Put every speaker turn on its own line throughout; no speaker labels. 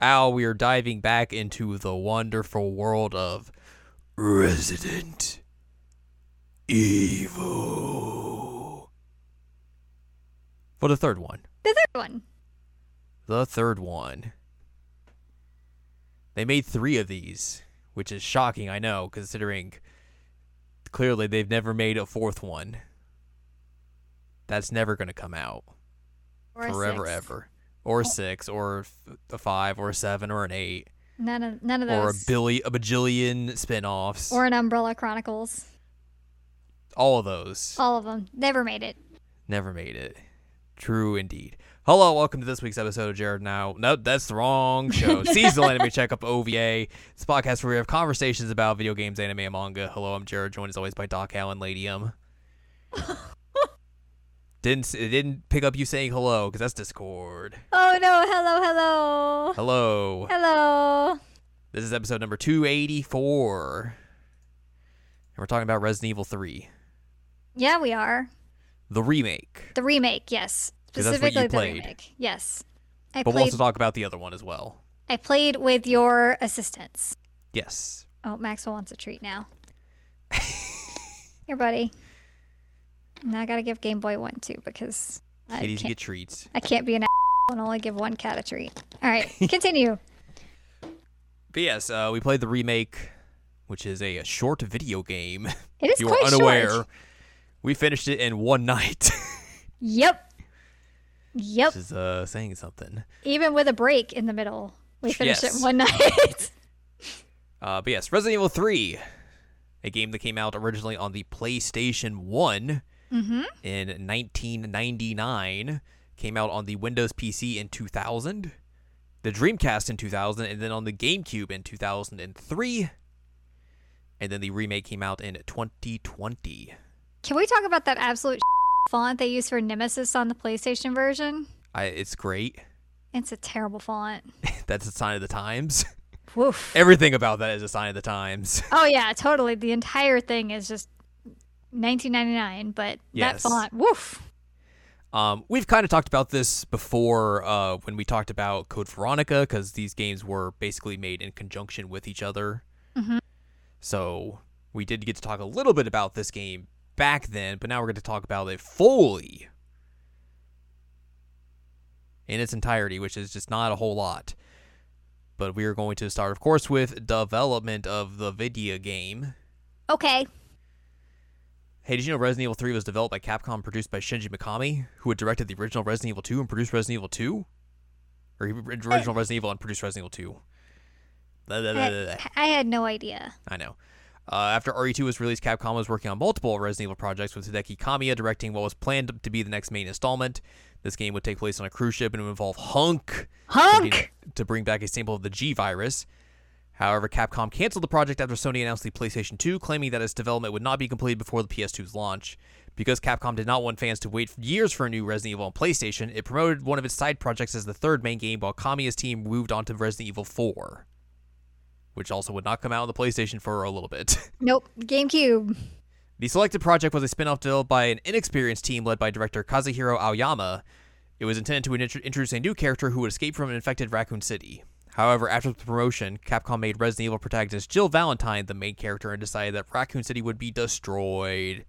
Al, we are diving back into the wonderful world of Resident Evil. For the third one.
The third one.
The third one. They made three of these, which is shocking, I know, considering clearly they've never made a fourth one. That's never going to come out
Or a
forever,
six.
ever. Or six, or f- a five, or a seven, or an eight,
None of none of
or a
those.
billy, a bajillion spin-offs.
or an Umbrella Chronicles.
all of those.
All of them. Never made it.
Never made it. True indeed. Hello, welcome to this week's episode of Jared Now. No, that's the wrong show. Seasonal Anime Checkup OVA. It's a podcast where we have conversations about video games, anime, and manga. Hello, I'm Jared, joined as always by Doc Allen Ladium. didn't s- it didn't pick up you saying hello because that's Discord.
Oh no! Hello, hello,
Hello.
hello.
This is episode number 284. And we're talking about Resident Evil 3,
Yeah, we are
the remake.
the remake. Yes,
'Cause that's what you
specifically the
played.
remake. Yes, I
But we'll
played.
also talk about the other one as well.
I played with your assistance.
Yes.
Oh, Maxwell wants a treat now. Here, buddy. Now I gotta give Game Boy one too because I
Kitties
can't,
get treats.
I can't be an a- and only give one cat a treat. All right, continue.
But yes, uh, we played the remake, which is a, a short video game.
It is
if you
quite
are unaware,
short.
we finished it in one night,
Yep. Yep.
which is uh, saying something.
Even with a break in the middle, we finished
Yes.
it one night.
Uh, but yes, Resident Evil 3, a game that came out originally on the PlayStation 1
mm-hmm.
in 1999, came out on the Windows PC in 2000, the Dreamcast in 2000, and then on the GameCube in 2003. And then the remake came out in 2020.
Can we talk about that absolute font they use for Nemesis on the PlayStation version?
I, it's great.
It's a terrible font.
That's a sign of the times.
Woof.
Everything about that is a sign of the times.
Oh yeah, totally. The entire thing is just 1999, but
Yes.
that font, woof.
Um, we've kind of talked about this before uh, when we talked about Code Veronica, because these games were basically made in conjunction with each other.
Mhm.
So we did get to talk a little bit about this game back then, but now we're going to talk about it fully in its entirety, which is just not a whole lot. But we are going to start, of course, with development of the video game.
Okay.
Hey, did you know Resident Evil 3 was developed by Capcom, produced by Shinji Mikami, who had directed the original Resident Evil 2 and produced Resident Evil 2? Or he did original Resident Evil and produced Resident Evil 2. Blah, blah, blah, blah,
I,
blah.
I had no idea.
I know. Uh, after RE2 was released, Capcom was working on multiple Resident Evil projects, with Hideki Kamiya directing what was planned to be the next main installment. This game would take place on a cruise ship and would involve Hunk,
Hunk.
to bring back a sample of the G virus. However, Capcom canceled the project after Sony announced the PlayStation 2, claiming that its development would not be completed before the PS2's launch. Because Capcom did not want fans to wait years for a new Resident Evil on PlayStation, it promoted one of its side projects as the third main game, while Kamiya's team moved on to Resident Evil 4, which also would not come out on the PlayStation for a little bit.
Nope. GameCube.
The selected project was a spin off developed by an inexperienced team led by director Kazuhiro Aoyama. It was intended to intro- introduce a new character who would escape from an infected Raccoon City. However, after the promotion, Capcom made Resident Evil protagonist Jill Valentine the main character and decided that Raccoon City would be destroyed.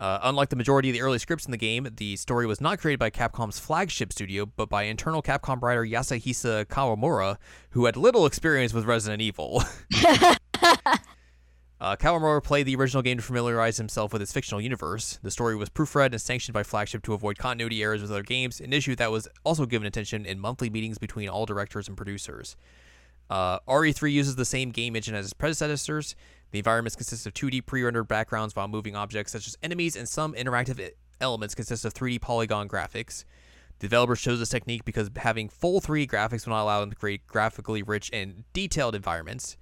Uh, unlike the majority of the early scripts in the game, the story was not created by Capcom's flagship studio, but by internal Capcom writer Yasuhisa Kawamura, who had little experience with Resident Evil. Uh, Kawamura played the original game to familiarize himself with its fictional universe. The story was proofread and sanctioned by Flagship to avoid continuity errors with other games, an issue that was also given attention in monthly meetings between all directors and producers. Uh, RE3 uses the same game engine as its predecessors. The environments consist of 2D pre rendered backgrounds while moving objects such as enemies, and some interactive e- elements consist of 3D polygon graphics. The developers chose this technique because having full 3D graphics will not allow them to create graphically rich and detailed environments.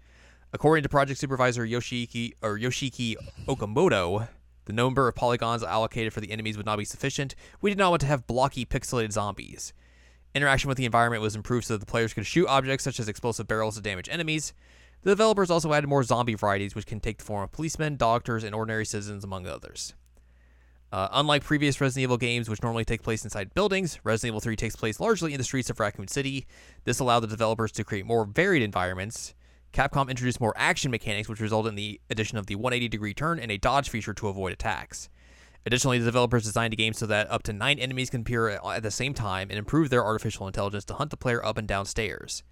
According to project supervisor Yoshiki or Yoshiki Okamoto, the number of polygons allocated for the enemies would not be sufficient. We did not want to have blocky, pixelated zombies. Interaction with the environment was improved so that the players could shoot objects such as explosive barrels to damage enemies. The developers also added more zombie varieties, which can take the form of policemen, doctors, and ordinary citizens, among others. Uh, unlike previous Resident Evil games, which normally take place inside buildings, Resident Evil 3 takes place largely in the streets of Raccoon City. This allowed the developers to create more varied environments. Capcom introduced more action mechanics, which resulted in the addition of the 180 degree turn and a dodge feature to avoid attacks. Additionally, the developers designed a game so that up to nine enemies can appear at at the same time and improve their artificial intelligence to hunt the player up and down stairs.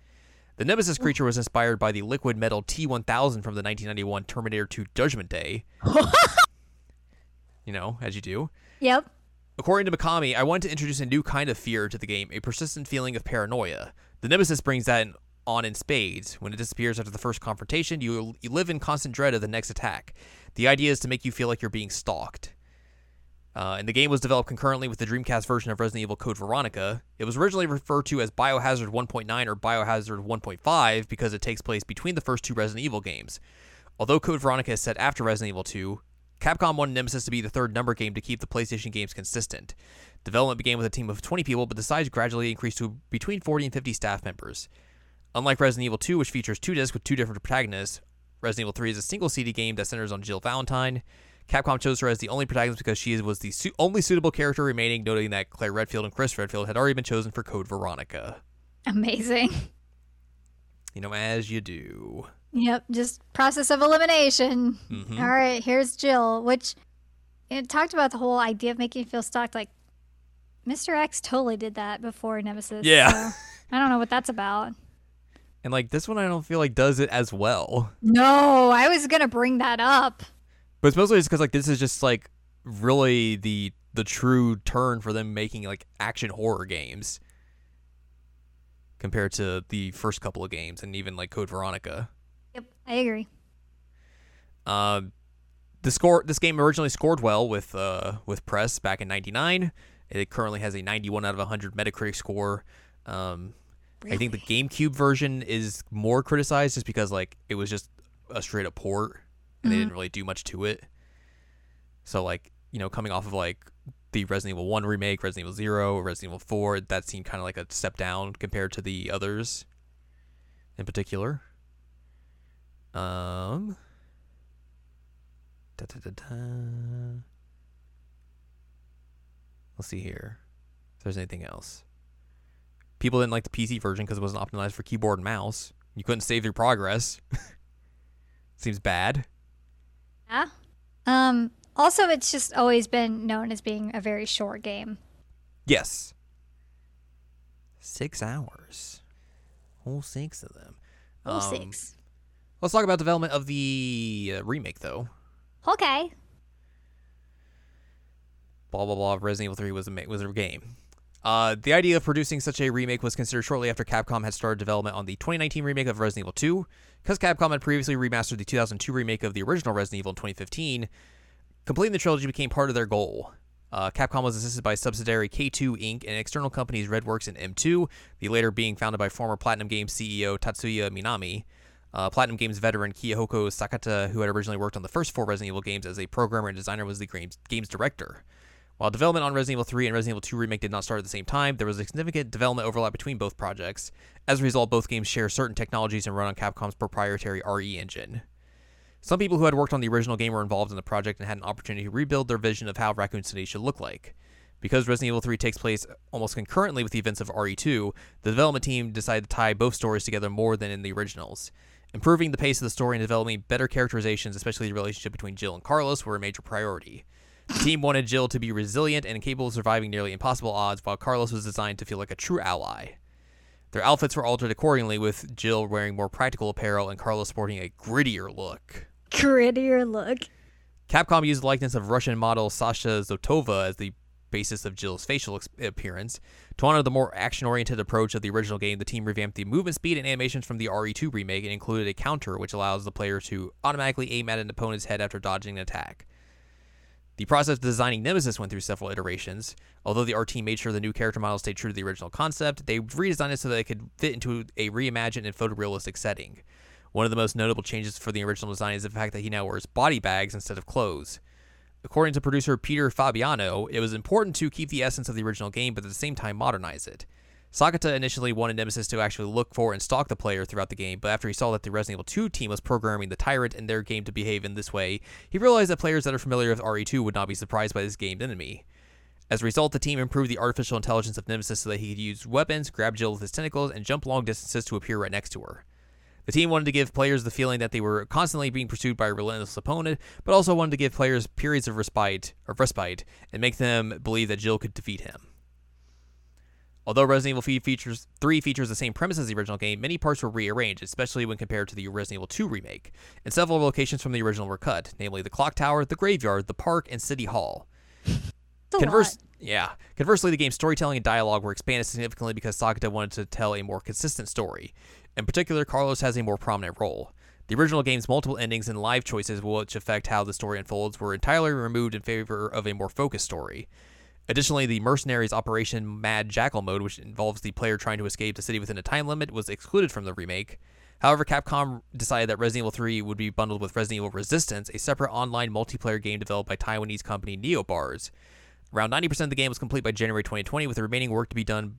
The Nemesis creature was inspired by the liquid metal T 1000 from the 1991 Terminator 2 Judgment Day. you know, as you do.
Yep.
According to Mikami, I want to introduce a new kind of fear to the game, a persistent feeling of paranoia. The Nemesis brings that in, on in spades. When it disappears after the first confrontation, you, you live in constant dread of the next attack. The idea is to make you feel like you're being stalked. Uh, and the game was developed concurrently with the Dreamcast version of Resident Evil Code Veronica. It was originally referred to as Biohazard 1.9 or Biohazard 1.5 because it takes place between the first two Resident Evil games. Although Code Veronica is set after Resident Evil 2, Capcom wanted Nemesis to be the third number game to keep the PlayStation games consistent. Development began with a team of 20 people, but the size gradually increased to between 40 and 50 staff members. Unlike Resident Evil 2, which features two discs with two different protagonists, Resident Evil 3 is a single CD game that centers on Jill Valentine. Capcom chose her as the only protagonist because she was the su- only suitable character remaining, noting that Claire Redfield and Chris Redfield had already been chosen for Code Veronica.
Amazing.
You know, as you do. Mm-hmm.
Yep, just process of elimination. All right, here's Jill, which it talked about the whole idea of making you feel stalked. Like Mr. X totally did that before Nemesis.
Yeah.
so I don't know what that's about.
And like this one, I don't feel like does it as well.
No, I was gonna bring that up.
But it's mostly just because like this is just like really the the true turn for them making like action horror games compared to the first couple of games and even like Code Veronica.
Yep, I agree.
Um, the score this game originally scored well with uh, with press back in '99. It currently has a 91 out of 100 Metacritic score. Um, I think the GameCube version is more criticized just because like it was just a straight up port and they didn't really do much to it. So like you know coming off of like the Resident Evil One remake, Resident Evil Zero, Resident Evil Four, that seemed kind of like a step down compared to the others, in particular. Um. Da, da, da, da. Let's see here. If there's anything else. People didn't like the PC version because it wasn't optimized for keyboard and mouse. You couldn't save your progress. Seems bad.
Yeah. Um. Also, it's just always been known as being a very short game.
Yes. Six hours. Whole six of them.
Whole
Um,
Oh, six.
Let's talk about development of the uh, remake, though.
Okay.
blah blah blah. Resident Evil 3 was a ma- was a game. Uh, the idea of producing such a remake was considered shortly after Capcom had started development on the 2019 remake of Resident Evil 2. Because Capcom had previously remastered the 2002 remake of the original Resident Evil in 2015, completing the trilogy became part of their goal. Uh, Capcom was assisted by subsidiary K2 Inc. and external companies Redworks and M2, the latter being founded by former Platinum Games CEO Tatsuya Minami. Uh, Platinum Games veteran Kiyoko Sakata, who had originally worked on the first four Resident Evil games as a programmer and designer, was the game's, game's director. While development on Resident Evil 3 and Resident Evil 2 Remake did not start at the same time, there was a significant development overlap between both projects. As a result, both games share certain technologies and run on Capcom's proprietary RE engine. Some people who had worked on the original game were involved in the project and had an opportunity to rebuild their vision of how Raccoon City should look like. Because Resident Evil 3 takes place almost concurrently with the events of RE2, the development team decided to tie both stories together more than in the originals. Improving the pace of the story and developing better characterizations, especially the relationship between Jill and Carlos, were a major priority. The team wanted Jill to be resilient and capable of surviving nearly impossible odds, while Carlos was designed to feel like a true ally. Their outfits were altered accordingly, with Jill wearing more practical apparel and Carlos sporting a grittier look.
Grittier look.
Capcom used the likeness of Russian model Sasha Zotova as the basis of Jill's facial ex- appearance. To honor the more action oriented approach of the original game, the team revamped the movement speed and animations from the RE2 remake and included a counter which allows the player to automatically aim at an opponent's head after dodging an attack. The process of designing Nemesis went through several iterations. Although the art team made sure the new character model stayed true to the original concept, they redesigned it so that it could fit into a reimagined and photorealistic setting. One of the most notable changes for the original design is the fact that he now wears body bags instead of clothes. According to producer Peter Fabiano, it was important to keep the essence of the original game but at the same time modernize it. Sakata initially wanted Nemesis to actually look for and stalk the player throughout the game, but after he saw that the Resident Evil 2 team was programming the Tyrant and their game to behave in this way, he realized that players that are familiar with RE2 would not be surprised by this game's enemy. As a result, the team improved the artificial intelligence of Nemesis so that he could use weapons, grab Jill with his tentacles, and jump long distances to appear right next to her. The team wanted to give players the feeling that they were constantly being pursued by a relentless opponent, but also wanted to give players periods of respite, of respite and make them believe that Jill could defeat him. Although Resident Evil fe- features 3 features the same premise as the original game, many parts were rearranged, especially when compared to the Resident Evil 2 remake, and several locations from the original were cut, namely the clock tower, the graveyard, the park, and City Hall.
It's a
Converse-
lot.
yeah. Conversely, the game's storytelling and dialogue were expanded significantly because Sakata wanted to tell a more consistent story. In particular, Carlos has a more prominent role. The original game's multiple endings and live choices, which affect how the story unfolds, were entirely removed in favor of a more focused story. Additionally, the mercenaries Operation Mad Jackal mode, which involves the player trying to escape the city within a time limit, was excluded from the remake. However, Capcom decided that Resident Evil 3 would be bundled with Resident Evil Resistance, a separate online multiplayer game developed by Taiwanese company NeoBars. Around 90% of the game was complete by January 2020, with the remaining work to be done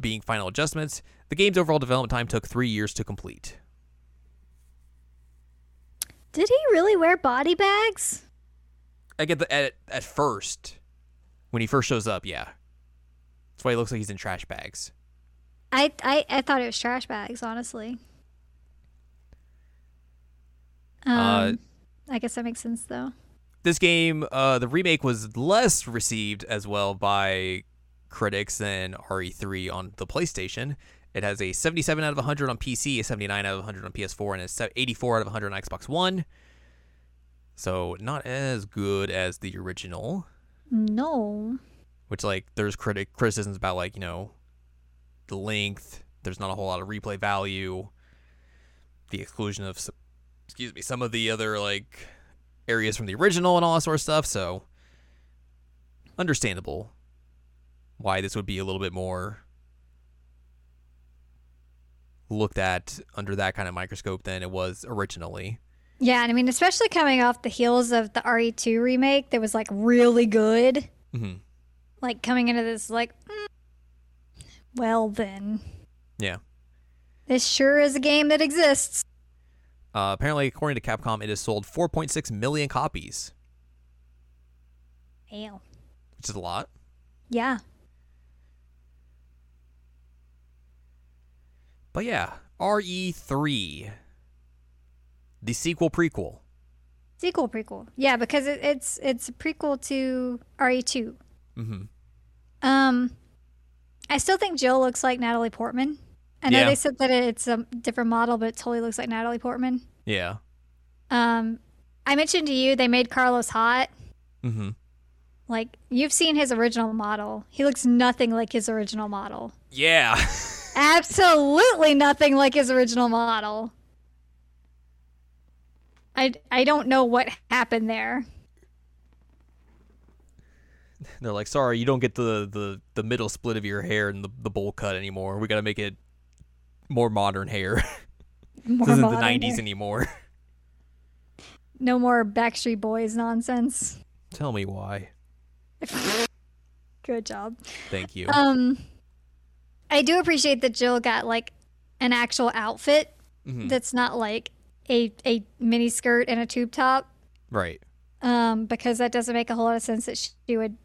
being final adjustments. The game's overall development time took three years to complete.
Did he really wear body bags?
I get the at, at first, when he first shows up, yeah. That's why he looks like he's in trash bags.
I, I, I thought it was trash bags, honestly. Um,
Uh,
I guess that makes sense, though.
this game, uh, the remake was less received as well by critics than RE3 on the PlayStation. It has a 77 out of 100 on PC, a 79 out of 100 on PS4, and a se- 84 out of 100 on Xbox One. So not as good as the original,
No.
which like there's critic criticisms about like you know the length. There's not a whole lot of replay value. The exclusion of s- excuse me some of the other like areas from the original and all that sort of stuff. So understandable why this would be a little bit more looked at under that kind of microscope than it was originally.
Yeah, and I mean, especially coming off the heels of the RE2 remake that was like really good.
Mm-hmm.
Like coming into this, like, mm, well then,
Yeah.
this sure is a game that exists.
Uh, apparently, according to Capcom, it has sold 4.6 million copies,
Damn.
which is a lot.
Yeah.
But yeah, RE3, the sequel prequel.
Sequel prequel. Yeah, because it, it's it's a prequel to E RE2.
Mm-hmm.
Um, I still think Jill looks like Natalie Portman. I know
Yeah.
they said that it's a different model, but it totally looks like Natalie Portman.
Yeah.
Um, I mentioned to you they made Carlos hot.
Mm-hmm.
Like you've seen his original model. He looks nothing like his original model.
Yeah.
Absolutely nothing like his original model. I I don't know what happened there.
They're like, sorry, you don't get the, the, the middle split of your hair and the, the bowl cut anymore. We got to make it more modern hair.
More
this isn't the
modern
90s
hair.
anymore.
No more Backstreet Boys nonsense.
Tell me why.
Good job.
Thank you.
Um, I do appreciate that Jill got like an actual outfit
Mhm.
that's not like a a mini skirt and a tube top,
Right.
um, because that doesn't make a whole lot of sense that she would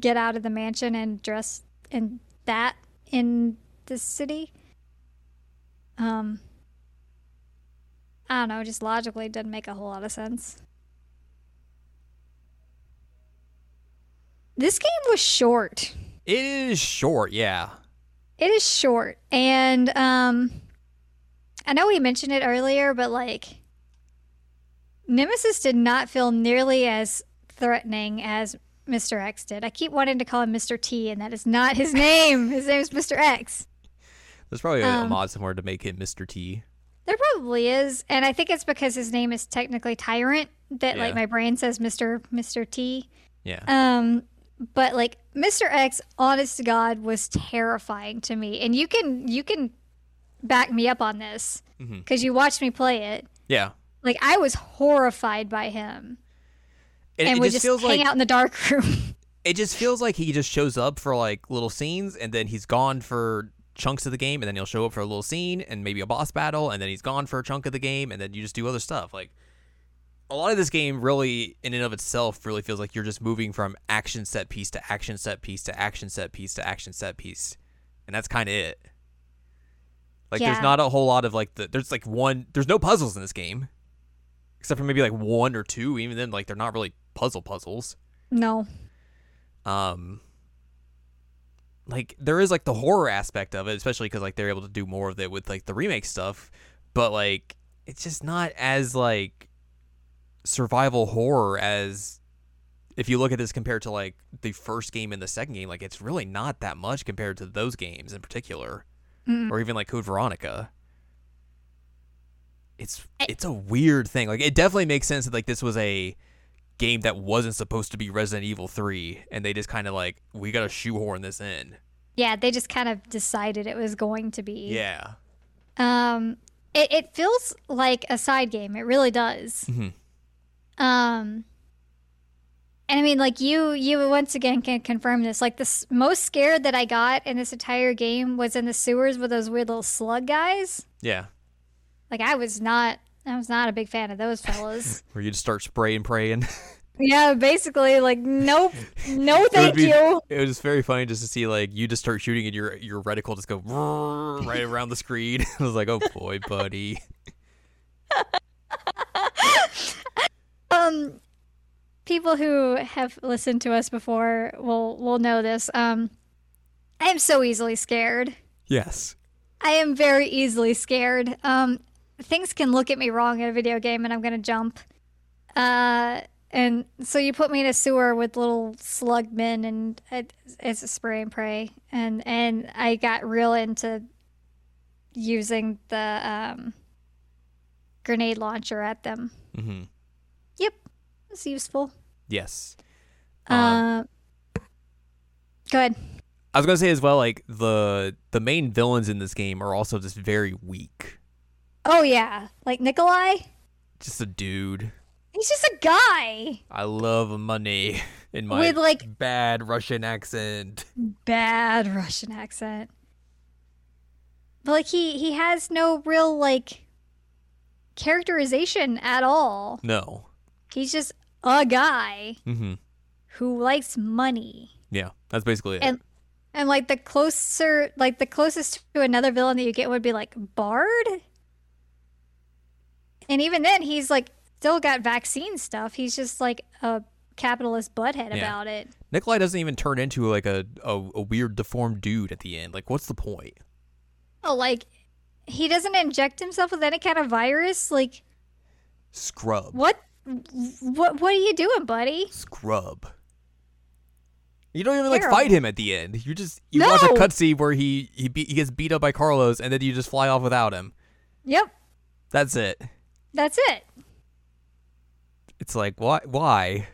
get out of the mansion and dress in that in the city. Um, I don't know. Just logically, it doesn't make a whole lot of sense. This game was short.
It is short, yeah.
It is short, and um, I know we mentioned it earlier, but like, Nemesis did not feel nearly as threatening as Mr. X did. I keep wanting to call him Mr. T, and that is not his name. his name is Mr. X.
There's probably a, a
Um,
mod somewhere to make him Mr. T.
There probably is, and I think it's because his name is technically Tyrant that like
Yeah.
my brain says Mr. Mr. T.
Yeah.
Um, but like Mr. X, honest to God, was terrifying to me, and you can you can back me up on this
Mhm.
because you watched me play it.
yeah.
Like I was horrified by him,
And,
and
it
would
just
just
feels
hang
like
out in the dark room.
It just feels like he just shows up for like little scenes and then he's gone for chunks of the game and then he'll show up for a little scene and maybe a boss battle and then he's gone for a chunk of the game and then you just do other stuff. Like a lot of this game really in and of itself really feels like you're just moving from action set piece to action set piece to action set piece to action set piece. And that's kind of it. Like
Yeah.
there's not a whole lot of like the there's like one there's no puzzles in this game. Except for maybe like one or two, even then like they're not really puzzle puzzles
No.
um like there is like the horror aspect of it especially because like they're able to do more of it with like the remake stuff but like it's just not as like survival horror as if you look at this compared to like the first game and the second game like it's really not that much compared to those games in particular
Mm.
or even like code veronica it's
I-
it's a weird thing like it definitely makes sense that like this was a game that wasn't supposed to be Resident Evil 3 and they just kind of like we got to shoehorn this in.
Yeah, they just kind of decided it was going to be.
Yeah.
Um, it, it feels like a side game. It really does.
Mhm.
Um, and I mean, like you, you once again can confirm this. Like the s- most scared that I got in this entire game was in the sewers with those weird little slug guys.
Yeah.
Like I was not, I was not a big fan of those fellas.
Where you just start spraying praying.
yeah, basically, like nope, no, thank
be-
you.
it was just very funny just to see like you just start shooting and your your reticle just go right around the screen. I was like, "Oh boy, buddy."
Um, people who have listened to us before will will know this. Um, I am so easily scared.
Yes.
I am very easily scared. Um, things can look at me wrong in a video game, and I'm gonna jump. Uh, and so you put me in a sewer with little slug men, and it, it's a spray and pray, and and I got real into using the um, grenade launcher at them.
Mhm.
Yep, it's useful.
Yes.
Uh, good.
I was going to say as well like the the main villains in this game are also just very weak.
Oh yeah, like Nikolai,
Just a dude.
he's just a guy.
I love money in my
With, like-
bad Russian accent.
bad Russian accent. But like he he has no real like characterization at all.
No.
He's just a guy
Mhm.
who likes money.
Yeah, that's basically it.
And- And like the closer like the closest to another villain that you get would be like Bard. And even then he's like still got vaccine stuff. He's just like a capitalist butthead
Yeah.
about it.
Nikolai doesn't even turn into like a, a, a weird deformed dude at the end. Like, what's the point?
Oh like he doesn't inject himself with any kind of virus like
Scrub.
What? What? What are you doing, buddy?
Scrub. You don't even like
Terrible.
fight him at the end. You just you watch a
No.
cutscene where he he, be, he gets beat up by Carlos and then you just fly off without him.
Yep,
That's it.
that's it.
It's like why why?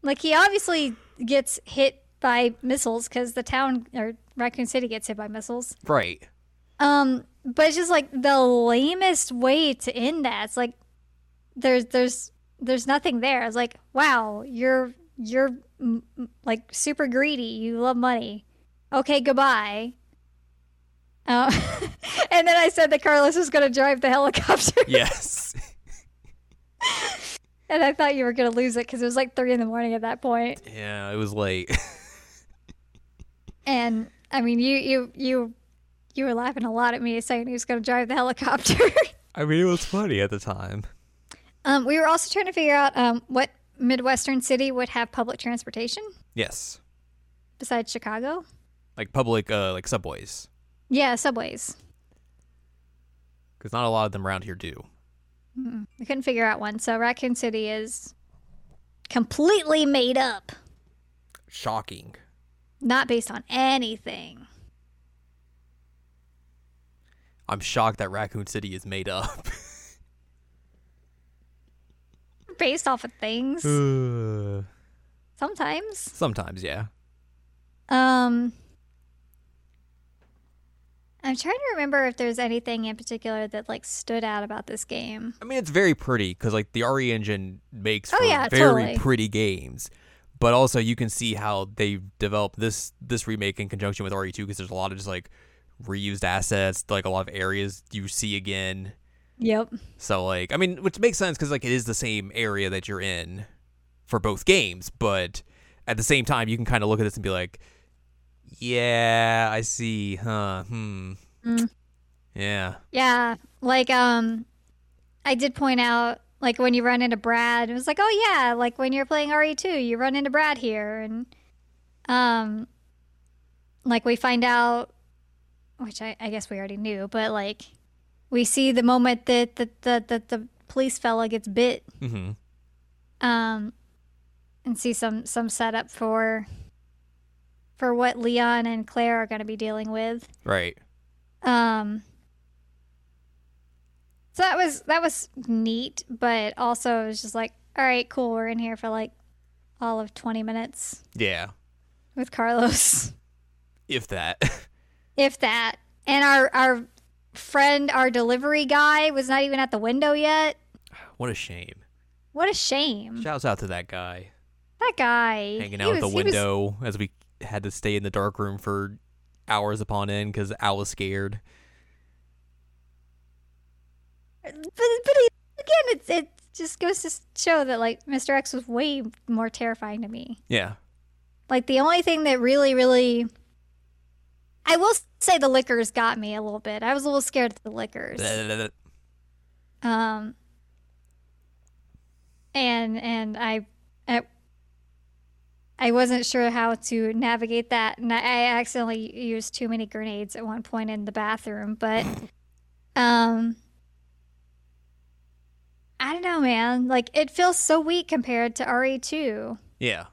Like he obviously gets hit by missiles because the town or Raccoon City gets hit by missiles.
Right.
Um, but it's just like the lamest way to end that. It's like there's there's there's nothing there. It's like wow, you're you're mm, mm, like super greedy. You love money. Okay, goodbye. Uh, and then I said that Carlos was going to drive the helicopter.
Yes.
And I thought you were gonna lose it because it was like three in the morning at that point.
yeah, it was late.
And I mean, you you you you were laughing a lot at me saying he was gonna drive the helicopter.
I mean, it was funny at the time.
um, we were also trying to figure out um, what midwestern city would have public transportation
Yes.
besides Chicago.
Like public uh like subways
Yeah, subways.
cuz not a lot of them around here do.
Mm-mm. We couldn't figure out one, so Raccoon City is completely made up,
Shocking.
not based on anything.
I'm shocked that Raccoon City is made up.
Based off of things sometimes.
Sometimes, yeah.
Um, I'm trying to remember if there's anything in particular that like stood out about this game.
I mean, it's very pretty because like the RE E engine makes
Oh,
for
yeah,
very
totally.
pretty games, But also, you can see how they developed this this remake in conjunction with RE2 because there's a lot of just like reused assets, like a lot of areas you see again.
Yep.
So like, I mean, which makes sense because like it is the same area that you're in for both games, but at the same time, you can kind of look at this and be like, yeah, I see, huh? Hmm.
Mm.
Yeah.
Yeah. Like um I did point out like when you run into Brad, it was like, "Oh yeah, like when you're playing RE2, you run into Brad here." And um like we find out which I, I guess we already knew, but like we see the moment that the the, the, the police fella gets bit
Mm-hmm.
um and see some some setup for for what Leon and Claire are going to be dealing with.
Right.
Um So that was that was neat, but also it was just like, all right, cool, we're in here for like all of 20 minutes
Yeah.
with Carlos,
If that.
if that. And our our friend, our delivery guy was not even at the window yet.
what a shame.
What a shame.
Shouts out to that guy
That guy
hanging
Mm. he
out at the
was- he was-
window as we had to stay in the dark room for hours upon end because Al was scared.
but but he, again, it's it just goes to show that like Mr. X was way more terrifying to me.
Yeah.
Like the only thing that really, really, I will say the liquors got me a little bit. I was a little scared of the liquors. Um, and and I, I, I wasn't sure how to navigate that, and I I accidentally used too many grenades at one point in the bathroom. But, um, I don't know, man. Like it feels so weak compared to RE two.
Yeah.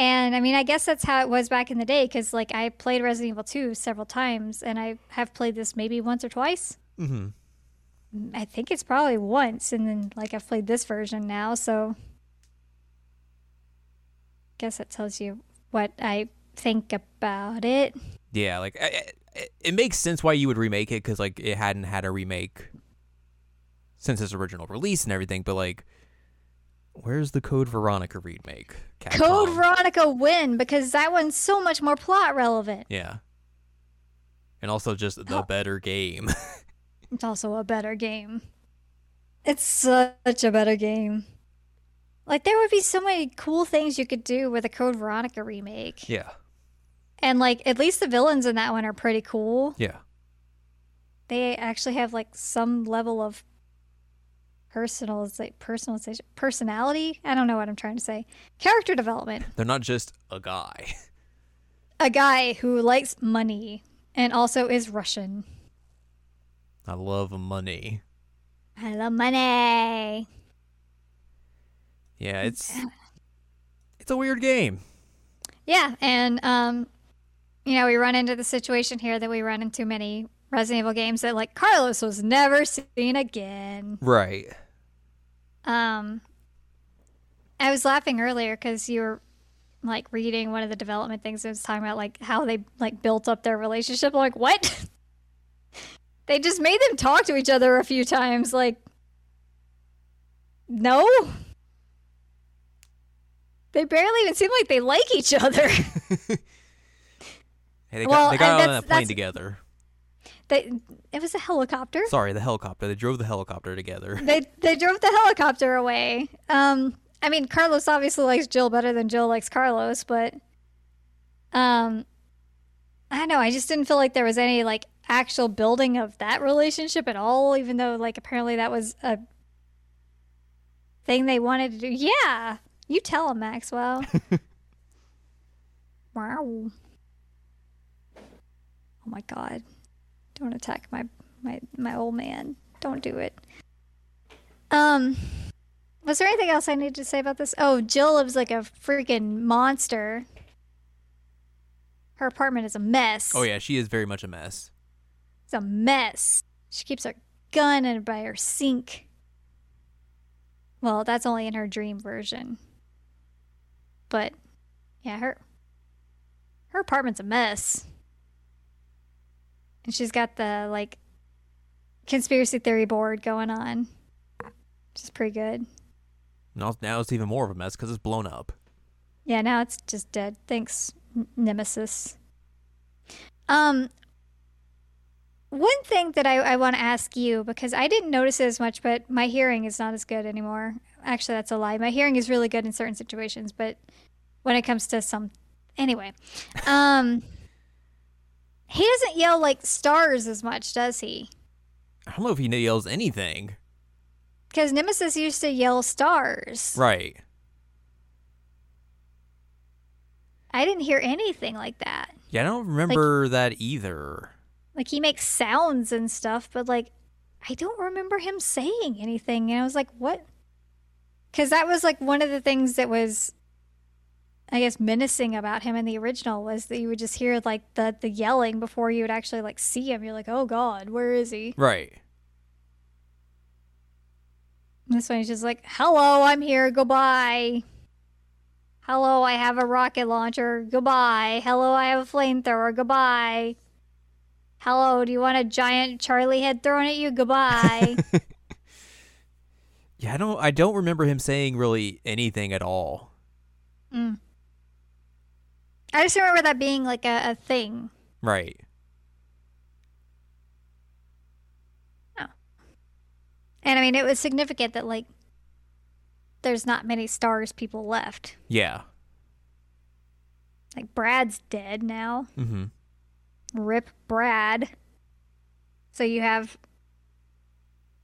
And I mean, I guess that's how it was back in the day because, like, I played Resident Evil 2 several times and I have played this maybe once or twice.
Mm-hmm.
I think it's probably once. And then, like, I've played this version now. So, guess that tells you what I think about it.
Yeah, like I- I- it, it makes sense why you would remake it because like it hadn't had a remake since its original release and everything. But like, where's the Code Veronica remake? Capcom.
Code Veronica win because that one's so much more plot relevant.
yeah, and also just the
Oh.
better game.
It's also a better game. It's such a better game. Like there would be so many cool things you could do with a Code Veronica remake.
yeah,
And like at least the villains in that one are pretty cool.
yeah,
They actually have like some level of personal it's like personalization personality. I don't know what I'm trying to say. Character development.
they're not just a guy.
A guy who likes money and also is Russian.
I love money.
I love money.
Yeah, it's it's a weird game.
Yeah, and um, you know, we run into the situation here that we run into many Resident Evil games that like Carlos was never seen again.
Right.
Um, I was laughing earlier because you were like reading one of the development things that was talking about like how they like built up their relationship. I'm like, what? they just made them talk to each other a few times. Like, no. They barely even seem like they like each other.
Hey, they got,
Well,
they got
and
out on
that's-
that plane
that's-
together.
They, it was a helicopter.
Sorry, the helicopter. They drove the helicopter together.
They they drove the helicopter away. Um, I mean, Carlos obviously likes Jill better than Jill likes Carlos, but um, I don't know. I just didn't feel like there was any like actual building of that relationship at all. Even though like apparently that was a thing they wanted to do. Yeah, you tell him, Maxwell. wow. Oh my God! Don't attack my my my old man. Don't do it. Um, was there anything else I needed to say about this? Oh, Jill lives like a freaking monster. Her apartment is a mess.
Oh yeah, she is very much a mess.
It's a mess. She keeps her gun in by her sink. Well, that's only in her dream version. But yeah, her her apartment's a mess. And she's got the like conspiracy theory board going on. Which is pretty good.
Now, now it's even more of a mess because it's blown up.
Yeah, now it's just dead. Thanks, N- Nemesis. Um, one thing that I, I want to ask you because I didn't notice it as much, but my hearing is not as good anymore. Actually, that's a lie. My hearing is really good in certain situations, but when it comes to some, anyway, um, he doesn't yell like stars as much, does he?
I don't know if he yells anything.
Because Nemesis used to yell stars.
Right.
I didn't hear anything like that.
Yeah, I don't remember that either.
Like he makes sounds and stuff, but like I don't remember him saying anything. And I was like, what? Because that was like one of the things that was, I guess, menacing about him in the original was that you would just hear like the the yelling before you would actually like see him. You're like, oh god, where is he?
Right.
This one he's just like, hello, I'm here, goodbye. Hello, I have a rocket launcher, goodbye. Hello, I have a flamethrower, goodbye. Hello, do you want a giant Charlie head thrown at you? Goodbye.
Yeah, I don't I don't remember him saying really anything at all.
Mm. I just remember that being like a, a thing.
Right.
And I mean, it was significant that, like, there's not many stars people left.
Yeah.
Like, Brad's dead now.
Mm-hmm.
Rip Brad. So you have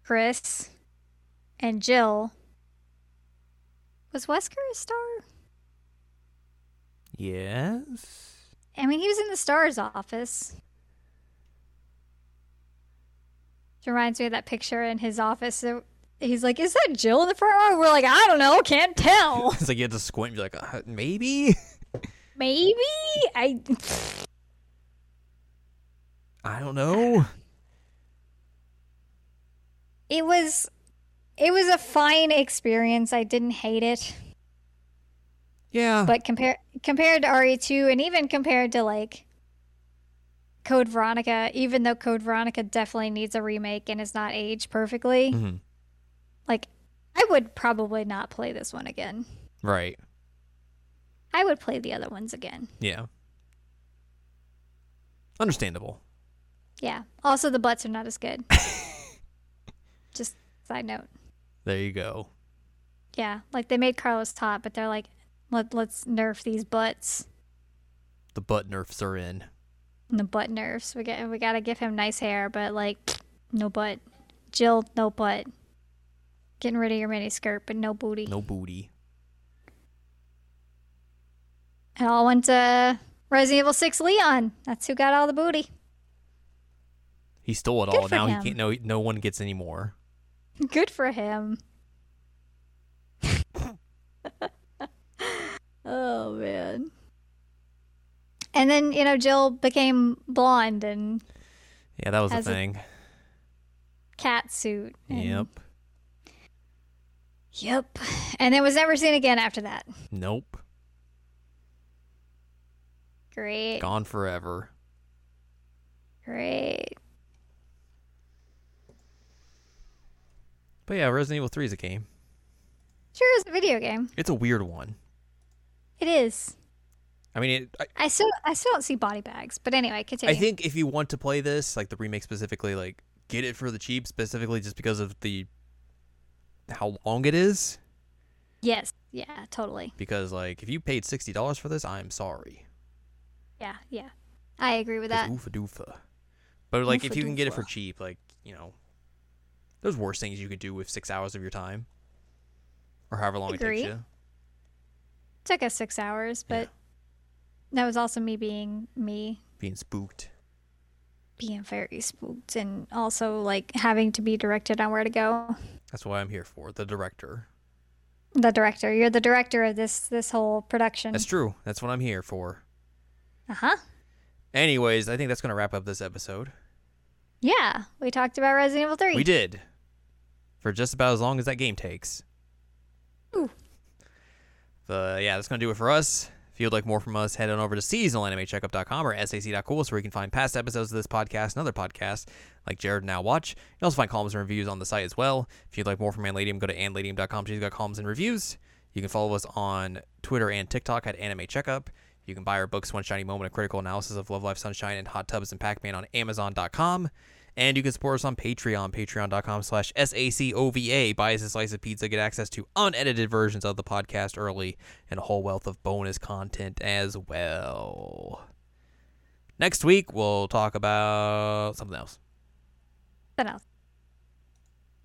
Chris and Jill. Was Wesker a star?
Yes.
I mean, he was in the stars office. Which reminds me of that picture in his office. So he's like, Is that Jill in the front row? We're like, I don't know. Can't tell.
It's like you had to squint and be like, uh, maybe?
Maybe? I.
I don't know.
it was it was a fine experience i didn't hate it
Yeah.
but compare compared to re2 and even compared to like code veronica even though code veronica definitely needs a remake and is not aged perfectly
Mhm.
like i would probably not play this one again
Right.
i would play the other ones again
Yeah. Understandable.
yeah also the butts are not as good just side note
There you go.
yeah like they made carlos hot but they're like Let, let's nerf these butts
The butt nerfs are in.
and the butt nerves. We get we gotta give him nice hair, but like no butt. Jill, no butt. Getting rid of your mini skirt, but no booty.
No booty.
It all went to Resident Evil Six Leon. That's who got all the booty.
He stole it
Good
all.
for
Now
him.
he can't. No, no one gets any more.
Good for him. oh man. And then, you know, Jill became blonde and
Yeah, that was the
As a-
thing.
cat suit. and-
Yep.
Yep. And it was never seen again after that.
Nope.
Great.
Gone forever.
Great.
But yeah, Resident Evil 3 is a game.
Sure is a video game.
It's a weird one.
It is.
I mean, it, I,
I still I still don't see body bags, but anyway, continue.
I think if you want to play this, like the remake specifically, like get it for the cheap specifically just because of the how long it is.
yes. Yeah, totally.
Because like if you paid sixty dollars for this, I'm sorry.
Yeah, yeah. I agree with
'Cause
that.
Oofa doofa. But like if
Oofa
you can get it
doofa.
for cheap, like you know, there's worse things you could do with six hours of your time, or however long
Agree.
it takes you.
Took us six hours, but that was also me being me,
Being spooked.
being very spooked and also like having to be directed on where to go.
That's what I'm here for. The director.
The director. You're the director of this this whole production.
That's true. That's what I'm here for.
Uh huh.
Anyways, I think that's gonna wrap up this episode.
Yeah. We talked about Resident Evil three.
We did. For just about as long as that game takes.
Ooh.
But yeah, that's going to do it for us. If you'd like more from us, head on over to seasonalanimecheckup.com or sac.cool so where you can find past episodes of this podcast and other podcasts like Jared and Now Watch. You can also find columns and reviews on the site as well. If you'd like more from Anladium, go to anladium.com. She's got columns and reviews. You can follow us on Twitter and TikTok at Anime Checkup. You can buy our books, One Shiny Moment, A Critical Analysis of Love, Life, Sunshine, and Hot Tubs and Pac-Man on Amazon.com. And you can support us on Patreon, patreon.com slash SACOVA. Buy us a slice of pizza, get access to unedited versions of the podcast early, and a whole wealth of bonus content as well. Next week, we'll talk about something else.
Then else.